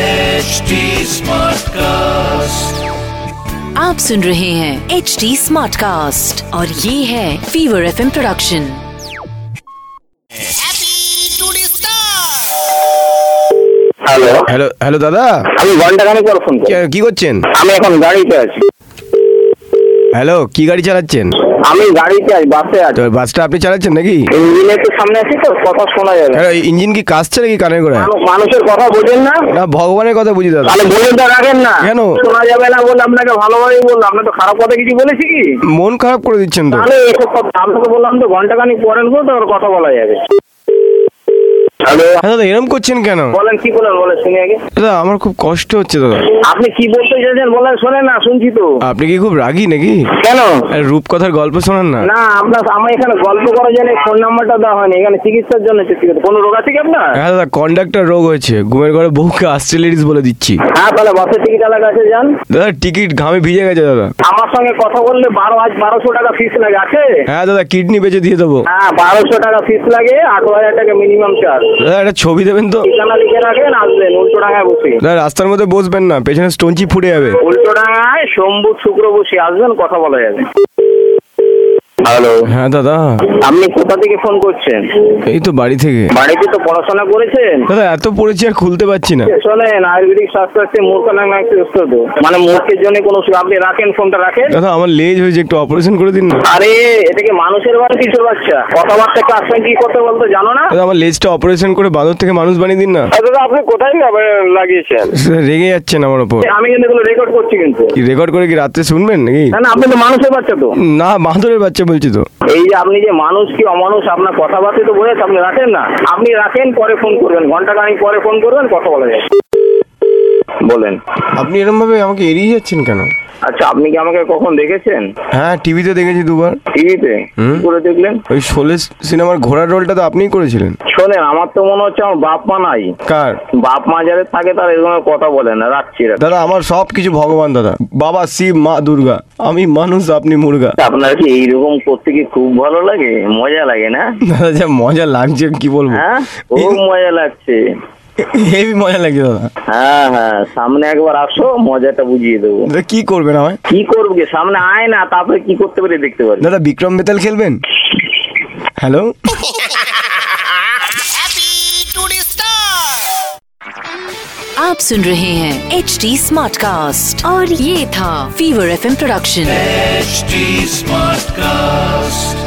HD Smartcast. आप सुन रहे हैं एच डी स्मार्ट कास्ट और ये है Fever F production hello hello hello দাদা আমি ঘন্টা খানিক পর ফোন করি কে- কি করছেন আমি এখন গাড়িতে আছি হ্যালো কি গাড়ি চালাচ্ছেন আমি গাড়িতে আছি বাসে তো আছি বাসটা আপনি চালাচ্ছেন নাকি ইঞ্জিন একটু সামনে আছি তো কথা শোনা যাবে হ্যালো ইঞ্জিন কি কাশছে নাকি কানের গোড়ায় মানু- মানুষের কথা বোঝেন না না ভগবানের কথা বুঝি দাদা তাহলে বলে তো রাখেন না কেন? শোনা যাবে না বলে আপনাকে ভালোভাবেই বললাম আপনার তো খারাপ কথা কিছু বলেছি কি মন খারাপ করে দিচ্ছেন তো তাহলে এসব কথা আপনাকে বললাম তো ঘন্টা খানিক পরে নেবো তো আর কথা বলা যাবে হ্যালো হ্যাঁ দাদা এরম করছেন কেন বলেন কি বলেন বলেন শুনি আগে দাদা আমার খুব কষ্ট হচ্ছে দাদা আপনি কি বলতে চাইছেন বলেন শোনেন না শুনছি তো আপনি কি খুব রাগী নাকি কেন আরে, রূপকথার গল্প শোনান না না আপনার আমার এখানে গল্প করার জন্য ফোন নাম্বারটা দেওয়া হয়নি এখানে চিকিৎসার জন্য এসেছি। কোনো রোগ আছে কি আপনার হ্যাঁ দাদা কন্ডাক্টর রোগ হয়েছে ঘুমের ঘরে বউকে আসছে লেডিস বলে দিচ্ছি হ্যাঁ তাহলে বাসের টিকিট আলাদা কাছে যান দাদা টিকিট ঘামে ভিজে গেছে দাদা আমার সঙ্গে কথা বললে বারো হাজার বারোশো টাকা ফিস লাগে আছে হ্যাঁ দাদা কিডনি বেচে দিয়ে দেবো হ্যাঁ বারোশো টাকা ফিস লাগে আঠারো হাজার টাকা মিনিমাম চার্জ দাদা একটা ছবি দেবেন তো ঠিকানা লিখে রাখেন আসবেন উল্টো ডাঙায় বসে দাদা রাস্তার মধ্যে বসবেন না পেছনে স্টোনচি ফুটে যাবে উল্টো ডাঙায় শম্ভু শুক্র বসে আসবেন কথা বলা যাবে হ্যালো হ্যাঁ দাদা আপনি কোথা থেকে ফোন করছেন এই তো বাড়ি থেকে বাড়িতে তো পড়াশোনা করেছেন দাদা এত পড়েছি আর খুলতে পারছি না শোনেন আয়ুর্বেদিক স্বাস্থ্যে মূর্খ নামে একটা ওষুধ তো। মানে মূর্খের জন্য কোনো ওষুধ আপনি রাখেন ফোনটা রাখেন দাদা আমার লেজ হয়েছে একটু অপারেশন করে দিন না আরে এটা কি মানুষের বাড়ি কিশোর বাচ্চা কথাবার্তা কি আসছেন কি করতে বলতে জানো না দাদা আমার লেজটা অপারেশন করে বাঁদর থেকে মানুষ বানিয়ে দিন না আচ্ছা, দাদা আপনি কোথায় লাগিয়েছেন স্যার, রেগে যাচ্ছেন আমার ওপর আমি কিন্তু এগুলো রেকর্ড করছি কিন্তু কি রেকর্ড করে কি রাত্রে শুনবেন নাকি না না আপনি তো মানুষের বাচ্চা তো না বাঁদরের বাচ্চা বলছি তো এই যে আপনি যে মানুষ কি অমানুষ আপনার কথাবার্তা তো বোঝাচ্ছে আপনি রাখেন না আপনি রাখেন পরে ফোন করবেন ঘন্টা খানিক পরে ফোন করবেন কথা বলা যাবে বলেন আপনি এরম ভাবে আমাকে এড়িয়ে যাচ্ছেন কেন আচ্ছা আপনি কি আমাকে কখন দেখেছেন হ্যাঁ টিভিতে দেখেছি দুবার টিভিতে হুম। করে দেখলেন ওই শোলে সিনেমার ঘোড়ার রোলটা তো আপনিই করেছিলেন শোনেন আমার তো মনে হচ্ছে আমার বাপ মা নাই কার বাপ মা যারা থাকে তারা এরকম কথা বলে না রাখছি রাখছি। দাদা আমার সব কিছু ভগবান দাদা বাবা শিব মা দুর্গা আমি মানুষ আপনি মুর্গা আপনার কি এইরকম করতে কি খুব ভালো লাগে মজা লাগে না দাদা যা মজা লাগছে কি বলবো হ্যাঁ খুব মজা লাগছে হেভি মজা লাগছে দাদা হ্যাঁ হ্যাঁ সামনে একবার আসো মজাটা বুঝিয়ে দেবো দাদা কি করবেন আমায় কি করবো কি? সামনে আয় না তারপরে কি করতে পারি দেখতে পারি দাদা বিক্রম বেতাল খেলবেন হ্যালো आप सुन रहे हैं एच डी स्मार्ट कास्ट और ये था fever F production HD Smartcast.